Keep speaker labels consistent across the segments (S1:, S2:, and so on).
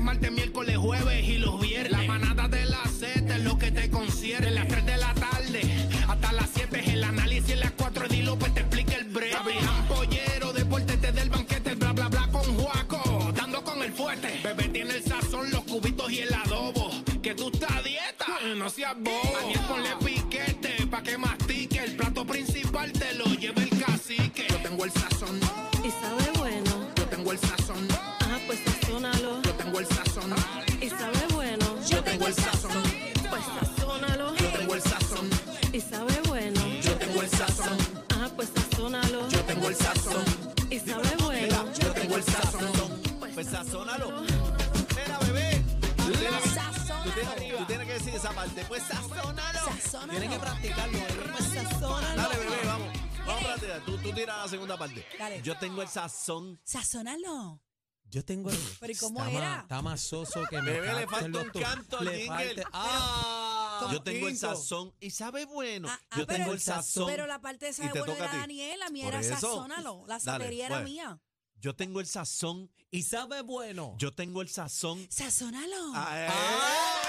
S1: martes, miércoles, jueves y los viernes. La manada de la Z es lo que te concierne. De las 3 de la tarde hasta las 7 es el análisis. En las 4 Di López te explica el breve. Abraham Pollero, deportete del banquete, bla, bla, bla con Juaco. Dando con el fuerte. Bebé tiene el sazón, los cubitos y el adobo. Que tú estás a dieta, no seas bobo. Daniel, ponle piquete pa' que mastique. El plato principal te lo lleva el cacique. Yo tengo el sazón,
S2: Y sabe bueno,
S1: yo tengo el sazón,
S2: ajá, pues sazónalo.
S1: yo tengo el sazón.
S2: Y sabe bueno,
S1: Yo tengo el sazón,
S2: pues sazónalo.
S1: yo tengo el sazón,
S2: Y sabe bueno,
S1: yo tengo el sazón,
S2: ajá, pues sazónalo.
S1: yo tengo el sazón,
S2: Y sabe bueno,
S1: yo tengo el sazón.
S3: Pues sazónalo. Mira, bebé. Tú tienes, tú tienes- tú tienes que decir esa parte. Pues sazónalo.
S4: Sazónalo.
S3: Tienes que practicarlo. bebé.
S4: Pues sazónalo.
S3: Dale, bebé, vamos. Vamos a practicar. Tú, tú tiras la segunda parte.
S4: Dale.
S3: Yo tengo el sazón.
S4: Sazónalo.
S5: Yo tengo el.
S4: Pero, ¿y cómo
S5: está
S4: era?
S5: Más, está más soso que me.
S3: Bebé, le
S5: canten
S3: falta
S5: los
S3: un
S5: tu-
S3: canto al
S5: le
S3: jingle.
S5: falta- ¡Ah!
S3: Yo tengo el
S5: Quinto.
S3: sazón y sabe bueno.
S4: Ah, ah,
S3: Yo tengo
S4: pero-
S3: el sazón.
S4: Pero la parte de
S3: y
S4: sabe
S3: te
S4: bueno
S3: toca
S4: era
S3: a ti.
S4: Daniela, mi
S3: Por
S4: era
S3: eso.
S4: sazónalo. La
S3: Dale,
S4: sotería era
S3: pues.
S4: mía.
S3: Yo tengo el sazón.
S5: Y sabe bueno.
S3: Yo tengo el sazón.
S4: Sazónalo.
S3: ¡Ahora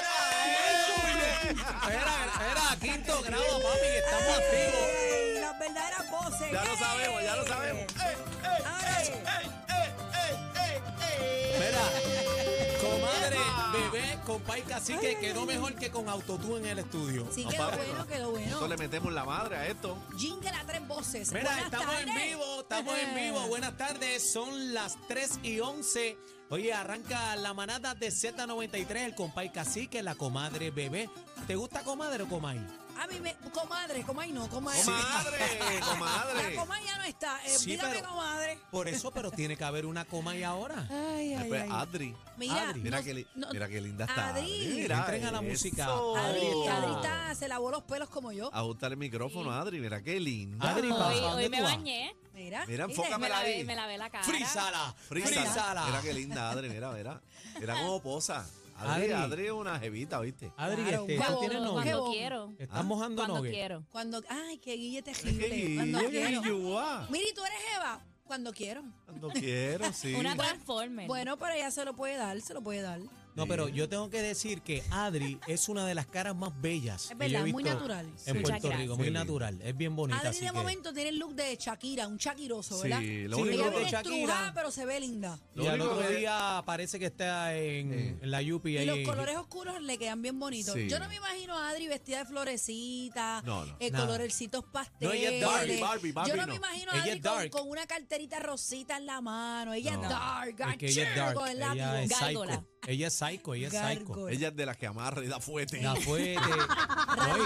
S3: eh. es!
S5: Era, era quinto grado, papi, que estamos activos.
S4: Ey, Las verdaderas voces.
S3: Ya lo
S4: ey.
S3: sabemos, ya lo sabemos. ¡Eh, eh,
S4: Ay.
S3: eh, eh, eh, eh, eh!
S5: Espera, comadre, bebé, compa y cacique quedó mejor que con autotune en el estudio.
S4: Sí,
S3: No,
S4: quedó
S3: papi,
S4: bueno,
S3: no.
S4: quedó
S3: Nosotros
S4: bueno.
S3: le metemos la madre a esto.
S4: Jingle a tres voces.
S5: Mira,
S4: Buenas
S5: estamos en
S4: tardes.
S5: vivo, estamos en vivo. Buenas tardes, son las 3 y 11. Oye, arranca la manada de Z93, el compay cacique, la comadre bebé. ¿Te gusta comadre o comay?
S4: A mí me. Comadre, comay no, comay.
S3: ¡Comadre!
S4: La
S3: ¡Comadre!
S4: comay ya no está. Eh,
S5: Sí,
S4: dígame,
S5: pero-
S4: comadre.
S5: Por eso, pero tiene que haber una comay ahora.
S4: Ay, ay,
S3: Después, ah,
S4: ay.
S3: Adri.
S4: Mira,
S5: Adri.
S3: Mira,
S4: no-
S3: que li-
S4: no-
S3: mira qué linda está.
S4: Adri.
S3: Mira
S5: Entren a la
S3: eso.
S5: música.
S4: Adri,
S5: Ah.
S4: Adri está, se lavó los pelos como yo.
S3: Ajustar el micrófono, Adri. Mira qué linda.
S5: Adri, ¿para
S6: Hoy,
S5: dónde
S6: hoy
S5: tú
S6: me
S5: vas?
S6: bañé,
S4: Mira,
S3: Mira,
S4: mira,
S6: me
S3: enfócamela
S6: lavé,
S3: ahí.
S6: me lavé la cara.
S5: Frízala,
S3: Frízala.
S5: frízala.
S3: Mira qué linda, Adri. Mira, mira. Mira cómo posa. Adri,
S5: Adri.
S3: Adri es una jevita, ¿viste?
S5: Adri,
S4: Claro,
S5: este,
S4: huevo,
S5: ¿tú
S6: Cuando,
S5: tienes
S6: cuando
S5: novio?
S4: Huevo.
S6: quiero.
S3: ¿Ah?
S5: ¿Estás mojando
S6: Cuando
S5: novio?
S6: quiero.
S4: Cuando, ay, qué guille
S3: Qué
S4: terrible. Cuando
S3: guille,
S4: quiero.
S3: guilluá.
S4: Mira, ¿y tú eres Eva? Cuando quiero.
S3: Cuando quiero, sí.
S6: Una transformer.
S4: Bueno, pero ella se lo puede dar, se lo puede dar.
S5: No, pero yo tengo que decir que Adri es una de las caras más bellas.
S4: Es
S5: que yo he
S4: verdad, muy
S5: visto
S4: natural.
S5: En
S6: Muchas
S5: Puerto
S6: gracias.
S5: Rico, muy
S3: Sí.
S5: natural. Es bien bonita.
S4: Adri
S5: así
S4: de
S5: que-
S4: momento tiene el look de Shakira, un shakiroso,
S3: Sí,
S4: ¿verdad?
S3: lo
S5: Sí,
S3: único
S4: ella
S5: que-
S4: viene
S5: Shakira.
S4: estrujada, pero se ve linda.
S3: Lo
S5: y al
S3: único
S5: otro
S3: que-
S5: día parece que está en,
S3: Sí.
S5: en la Yupi.
S4: Y
S5: ahí
S4: los
S5: en-
S4: colores oscuros le quedan bien bonitos.
S3: Sí.
S4: Yo no me imagino a Adri vestida de florecita,
S3: No, no.
S4: eh,
S5: Nada.
S4: colorcitos
S5: No, ella es
S4: pasteles.
S5: dark.
S3: Barbie, Barbie,
S4: Yo no,
S3: no.
S4: me imagino a
S5: Ella es
S4: Adri con,
S5: dark.
S4: con una carterita rosita en la mano. Ella
S3: No.
S4: es dark,
S5: Es que ella es
S4: achú,
S5: dark.
S4: con el
S5: Ella
S4: látigo.
S5: es psycho.
S6: Gárgola.
S5: Ella es psycho. Ella es psycho.
S4: Gárgola.
S3: Ella es de las que amarra y da fuerte.
S5: La fuerte. No,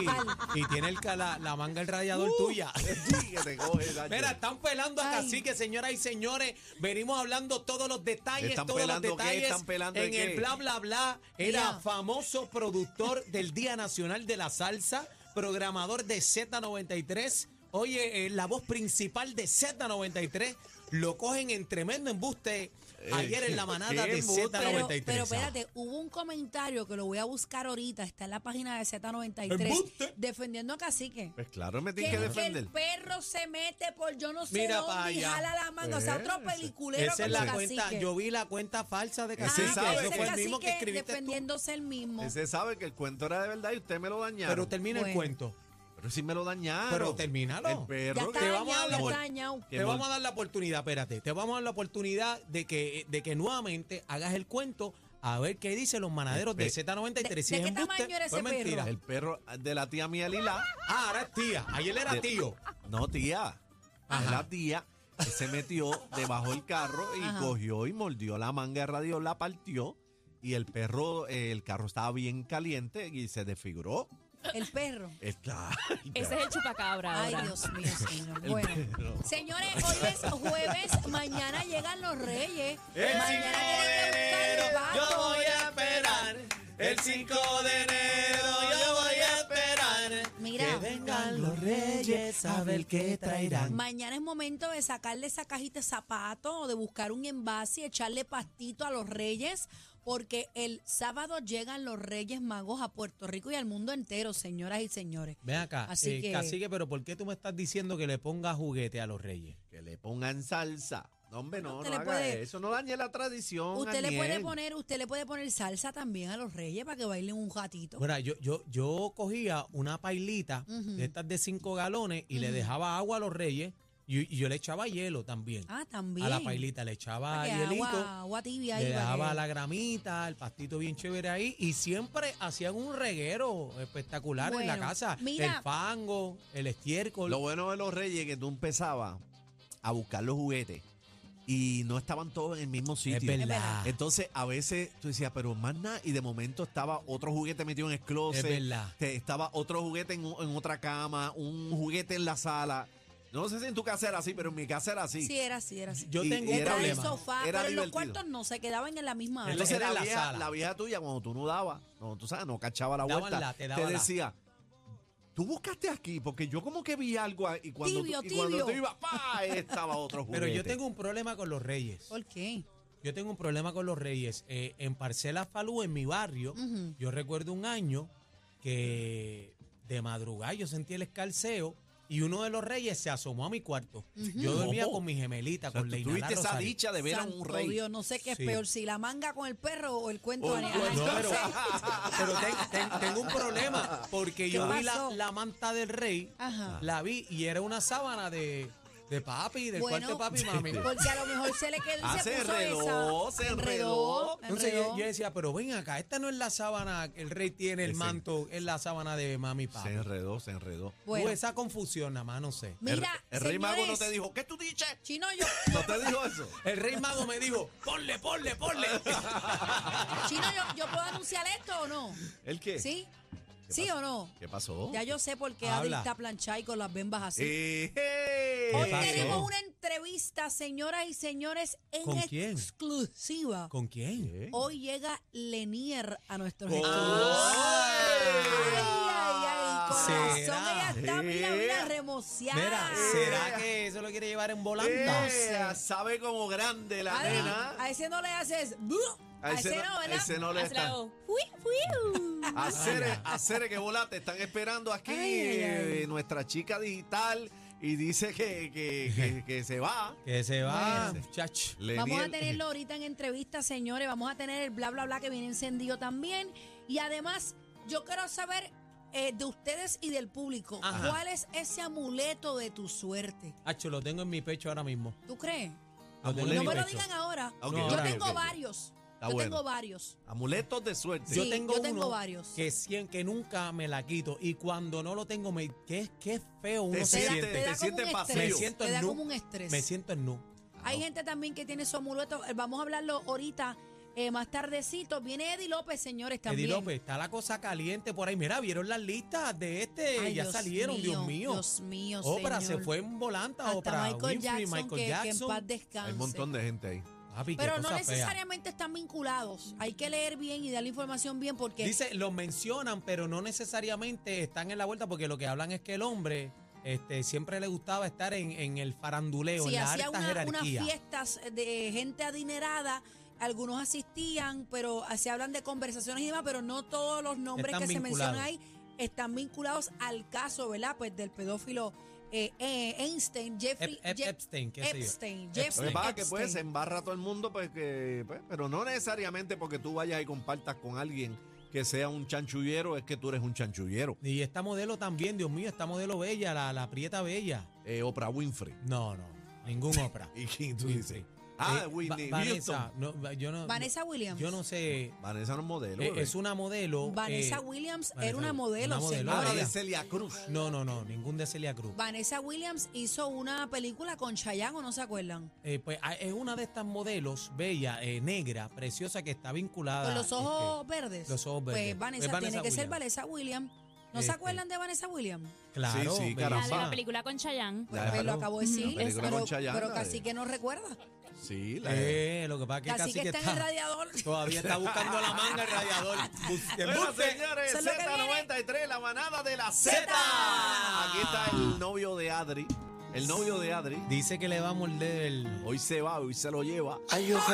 S5: y- y, tiene el, ca- la, la manga el radiador
S4: Uh.
S5: tuya.
S3: Sí, que te coge, Nacho.
S5: Mira, están pelando a
S4: Ay.
S5: Cacique, señoras y señores. Venimos hablando todos los detalles,
S3: ¿Están
S5: todos los
S3: pelando qué?
S5: detalles.
S3: ¿Están pelando
S5: en
S3: de
S5: el
S3: qué?
S5: bla bla bla. Era
S4: Mira.
S5: famoso productor del Día Nacional de la Salsa, programador de Z93. Oye, eh, la voz principal de Z93 lo cogen en tremendo embuste ayer en la manada
S3: qué
S5: de
S3: embuste.
S4: Pero,
S5: Z93.
S4: pero espérate, hubo un comentario que lo voy a buscar ahorita, está en la página de Z93,
S5: Embuste.
S4: defendiendo a Cacique.
S3: Pues claro, me
S4: Que,
S3: tienes que
S4: que el
S3: defender.
S4: perro se mete por yo no sé
S5: Mira pa'
S4: dónde y
S5: allá. Eh,
S4: jala la manga. O sea, otro
S3: Ese-
S4: peliculero
S5: Esa es
S4: como
S5: la
S4: Cacique.
S5: cuenta. Yo vi la cuenta falsa de Cacique.
S3: Ah, Ese sabe.
S5: Eso
S4: Ah, ese
S5: fue el mismo que
S4: Cacique
S5: escribiste tú.
S4: defendiéndose el mismo.
S3: Ese sabe que el cuento era de verdad y usted me lo dañaron.
S5: Pero termina el
S4: Bueno.
S5: cuento.
S3: Pero si me lo dañaron.
S5: Pero termínalo.
S3: El perro
S4: ya está
S3: que-
S5: te vamos a
S4: dañado,
S5: dar la
S4: ya
S5: vuelta.
S4: está dañado.
S3: Que
S5: Te
S3: vol-
S5: vamos a dar la oportunidad, espérate, te vamos a dar la oportunidad de que, de que nuevamente hagas el cuento a ver qué dicen los manaderos de
S3: Espe-
S5: Z93.
S4: ¿De-
S5: si
S4: de
S5: es
S4: qué
S5: embuste,
S4: tamaño era
S5: fue
S4: ese
S5: mentira.
S4: perro?
S3: El perro de la tía mía Lila.
S5: Ah, ahora es tía. Ayer era
S3: De-
S5: tío.
S3: No, tía. Ah,
S5: Ajá.
S3: La tía que se metió debajo del carro y
S4: Ajá.
S3: cogió y mordió la manga de radio, la partió. Y el perro, eh, el carro estaba bien caliente y se desfiguró.
S4: El perro.
S3: El, claro, el
S6: Ese es el chupacabra
S4: Ay,
S6: ahora.
S4: Dios mío, señor. Bueno, señores, hoy es jueves, mañana llegan los reyes.
S5: ¡Eh,
S4: mañana tienen que buscar el vato.
S5: esperar. El 5 de enero yo voy a esperar.
S4: Mira. que vengan
S5: los reyes a ver qué traerán.
S4: Mañana es momento de sacarle esa cajita de zapato o de buscar un envase y echarle pastito a los reyes, porque el sábado llegan los reyes magos a Puerto Rico y al mundo entero, señoras y señores.
S5: Ven acá,
S4: Así
S5: eh,
S4: que-
S5: cacique, pero ¿por qué tú me estás diciendo que le ponga juguete a los reyes?
S3: Que le pongan salsa. No, hombre, no,
S4: Usted
S3: no
S4: le
S3: haga
S4: puede-
S3: eso. No dañe la tradición.
S4: Usted le puede
S3: Aniel.
S4: poner, usted le puede poner salsa también a los reyes para que bailen un gatito.
S5: Mira, yo, yo, yo cogía una pailita de estas de cinco galones y le dejaba agua a los reyes y, y yo le echaba hielo también.
S4: Ah, también.
S5: A la pailita le echaba
S4: Para que
S5: hielito.
S4: agua, agua tibia ahí
S5: Le
S4: para
S5: daba
S4: que-
S5: la gramita, el pastito bien chévere ahí y siempre hacían un reguero espectacular en la
S4: Bueno,
S5: casa.
S4: mira.
S5: el fango, el estiércol.
S3: Lo bueno de los reyes es que tú empezabas a buscar los juguetes y no estaban todos en el mismo sitio.
S5: es verdad. Es,
S3: Entonces, a veces tú decías, pero más nada, y de momento estaba otro juguete metido en el closet.
S5: verdad.
S3: te- estaba otro juguete en, u- en otra cama, un juguete en la sala. No sé si en tu casa era así, pero en mi casa era así.
S4: Sí, era así, era así.
S5: Yo
S3: Y-
S5: tengo
S3: y
S5: un
S3: era
S4: Era el
S5: problema.
S4: sofá,
S3: Era
S4: pero en los
S3: divertido.
S4: cuartos no se quedaban en la misma área.
S5: Entonces
S3: Ah, Entonces,
S5: era
S3: la
S5: en la
S3: vieja,
S5: sala.
S3: la vieja tuya, cuando tú no dabas, no, tú sabes, no cachaba la
S5: Daban
S3: vuelta,
S5: la, te daba la.
S3: decía, tú buscaste aquí, porque yo como que vi algo ahí", y cuando,
S4: Tibio,
S3: tú, y cuando
S4: tibio.
S3: tú ibas, ¡pa! Ahí estaba otro juguete.
S5: Pero yo tengo un problema con los reyes.
S4: ¿Por qué?
S5: Yo tengo un problema con los reyes. Eh, en Parcela Falú, en mi barrio,
S4: Ujú.
S5: yo recuerdo un año que de madrugada yo sentí el escalceo y uno de los reyes se asomó a mi cuarto. Yo dormía
S3: Ojo.
S5: con mi gemelita,
S3: O sea,
S5: con
S3: tú
S5: Leinalá
S3: tuviste esa
S5: Rosario.
S3: dicha de ver a un
S4: Santo
S3: rey.
S4: Dios, no sé qué es
S5: Sí.
S4: peor, si la manga con el perro o el cuento
S3: O
S4: de
S3: el
S4: Ariana.
S5: No, pero, pero ten- ten- tengo un problema porque
S4: ¿Qué
S5: yo vi la,
S4: pasó?
S5: la manta del rey,
S4: Ajá.
S5: la vi y era una sábana de, de papi, del
S4: Bueno,
S5: cuarto de papi y mami.
S4: porque a lo mejor se le quedó y
S3: Ah,
S4: se,
S3: se
S4: puso
S3: enredó,
S4: esa.
S3: se enredó.
S5: Entonces yo,
S4: enredó.
S5: yo decía, pero ven acá, esta no es la sábana, que el rey tiene el
S3: Ese.
S5: manto, es la sábana de mami y
S3: Se
S5: papi.
S3: enredó, se enredó.
S5: Hubo
S4: Bueno,
S5: esa confusión, nada más, no sé.
S4: mira,
S3: el, el rey mago no
S4: señores,
S3: te dijo, ¿qué tú dices?
S4: Chino, yo,
S3: No te dijo eso.
S5: El rey mago me dijo, ponle, ponle, ponle.
S4: chino yo, ¿yo puedo anunciar esto o no?
S3: ¿El qué?
S4: ¿Sí?
S3: ¿Qué
S4: ¿Sí
S3: pasa?
S4: o no?
S3: ¿Qué pasó?
S4: Ya yo sé por qué Adri
S5: Habla.
S4: está planchada y con las bembas así.
S3: Eh, eh.
S4: Hoy
S5: ¿Qué pasó?
S4: tenemos una entrevista, señoras y señores, en
S5: ¿Con quién?
S4: exclusiva.
S5: ¿Con quién?
S3: ¿Qué?
S4: Hoy llega Lenier a nuestros
S3: ¡Ay!
S4: estudios. Ay, ay, ay, con
S5: ¿Será?
S4: razón, ella está, mira, mira,
S3: Eh.
S4: remoceada.
S5: Mira, ¿será que eso lo quiere llevar en volanda?
S3: Eh, sabe como grande la
S4: Adri,
S3: nena.
S4: a ese no le haces... bu, A ese, no, ¿verdad?
S3: ese no le
S6: Hazla
S3: está.
S6: vos.
S4: Fui, fui.
S3: Hacer, hacer que volate, están esperando aquí
S4: Ay, ay,
S3: eh, nuestra chica digital y dice que, que, que- que se va.
S5: Que se va,
S3: Bueno.
S5: muchacho.
S4: Vamos a
S3: Leniel-
S4: tenerlo ahorita en entrevista, señores. Vamos a tener el bla, bla, bla que viene encendido también. Y además, yo quiero saber eh, de ustedes y del público,
S5: Ajá.
S4: ¿cuál es ese amuleto de tu suerte?
S5: Hacho, lo tengo en mi pecho ahora mismo.
S4: ¿Tú crees?
S5: Lo tengo en
S4: No
S5: mi
S4: me lo
S5: pecho.
S4: digan ahora.
S3: Ok,
S5: No,
S4: yo
S5: ahora,
S4: tengo
S3: ok.
S4: varios.
S3: Está
S4: yo
S3: bueno.
S4: tengo varios.
S3: Amuletos de suerte.
S5: Yo
S4: Sí,
S5: tengo,
S4: yo tengo
S5: uno
S4: varios.
S5: Que, sien- que nunca me la quito. Y cuando no lo tengo, me, que, que feo uno
S3: Te
S5: se
S3: sientes-
S5: siente.
S3: te
S4: da
S3: sientes
S4: como un
S3: vacío.
S4: estrés.
S5: Me siento
S4: te da
S5: nu.
S4: como un estrés.
S5: Me siento en nu.
S4: Hay gente también que tiene su amuleto. Eh, Vamos a hablarlo ahorita, eh, más tardecito. Viene Eddie López, señores, también.
S5: Eddie López, está la cosa caliente por ahí. Mira, vieron las listas de este.
S4: Ay,
S5: ya
S4: Dios
S5: salieron, Dios mío.
S4: Dios mío,
S5: Ópera
S4: señor.
S5: se fue en volanta.
S4: Hasta
S5: Oprah
S4: Michael
S5: Winfrey,
S4: Jackson,
S5: Michael
S4: que, que en
S5: Jackson.
S4: paz descanse.
S3: Hay un montón de gente ahí.
S5: Papi, qué
S4: Pero no
S5: cosa fea.
S4: necesariamente están vinculados. Hay que leer bien y dar la información bien porque
S5: Dice, los mencionan, pero no necesariamente están en la vuelta porque lo que hablan es que el hombre este, siempre le gustaba estar en, en el faranduleo,
S4: si
S5: en la
S4: hacía
S5: alta
S4: una- unas
S5: jerarquía.
S4: fiestas de gente adinerada, algunos asistían, pero se hablan de conversaciones y demás, pero no todos los nombres
S5: Están
S4: que se mencionan
S5: vinculados.
S4: ahí están vinculados al caso, ¿verdad? Pues del pedófilo eh, eh, Einstein, Jeffrey
S5: Ep- Ep-
S4: Jeff-
S5: Epstein, qué sé yo.
S4: Epstein,
S5: Epstein.
S3: Lo
S4: Jeffrey
S3: que pasa es que
S4: Epstein.
S3: pues se embarra todo el mundo, pues, que, pues, pero no necesariamente porque tú vayas y compartas con alguien que sea un chanchullero, es que tú eres un chanchullero.
S5: Y esta modelo también, Dios mío, esta modelo bella, la, la prieta bella.
S3: Eh, Oprah Winfrey.
S5: No, no, ningún Oprah.
S3: ¿Y quién tú
S5: Winfrey.
S3: dices? Ah,
S5: Eh,
S3: Whitney
S5: Va- Vanessa,
S3: Houston.
S5: no, va- yo no,
S4: Vanessa Williams.
S5: Yo no sé,
S3: Vanessa no es modelo.
S5: eh,
S3: bebé.
S5: es una modelo.
S4: Vanessa
S5: eh,
S4: Williams
S5: Vanessa-
S4: era una modelo,
S5: una modelo, Ah,
S4: señores.
S3: Habla
S5: ella.
S3: de Celia Cruz.
S5: No, no, no, ningún de Celia Cruz.
S4: Vanessa Williams hizo una película con Chayanne, ¿o no se acuerdan?
S5: Eh, pues ah, es una de estas modelos, bella, eh, negra, preciosa, que está vinculada.
S4: Con los ojos
S5: este,
S4: verdes.
S5: los ojos verdes.
S4: Pues Vanessa,
S5: Es Vanessa
S4: tiene que ser
S5: Williams.
S4: Vanessa Williams. ¿No se
S5: Este.
S4: acuerdan de Vanessa Williams?
S5: Claro,
S3: Sí, sí,
S5: bella.
S6: La de
S3: Rafa.
S6: la película con Chayanne.
S4: Pues
S3: Claro.
S4: me lo acabo de
S6: Ujú.
S4: decir.
S6: La
S3: película
S4: pero,
S3: con Chayanne,
S4: pero
S3: la
S4: casi
S3: de-
S4: que no recuerda.
S3: Sí, la
S5: Eh, lo que pasa es que
S4: Casi,
S5: casi
S4: que, está, en el radiador.
S5: Todavía está buscando la manga el radiador. Bus-
S3: Bueno,
S5: embuste.
S3: señores,
S4: Eso es lo que
S3: Z93, la manada de la Z.
S5: Zeta.
S3: Aquí está el novio de Adri. El novio de Adri.
S5: Dice que le va a morder el.
S3: Hoy se va, hoy se lo lleva.
S7: Ay, ojalá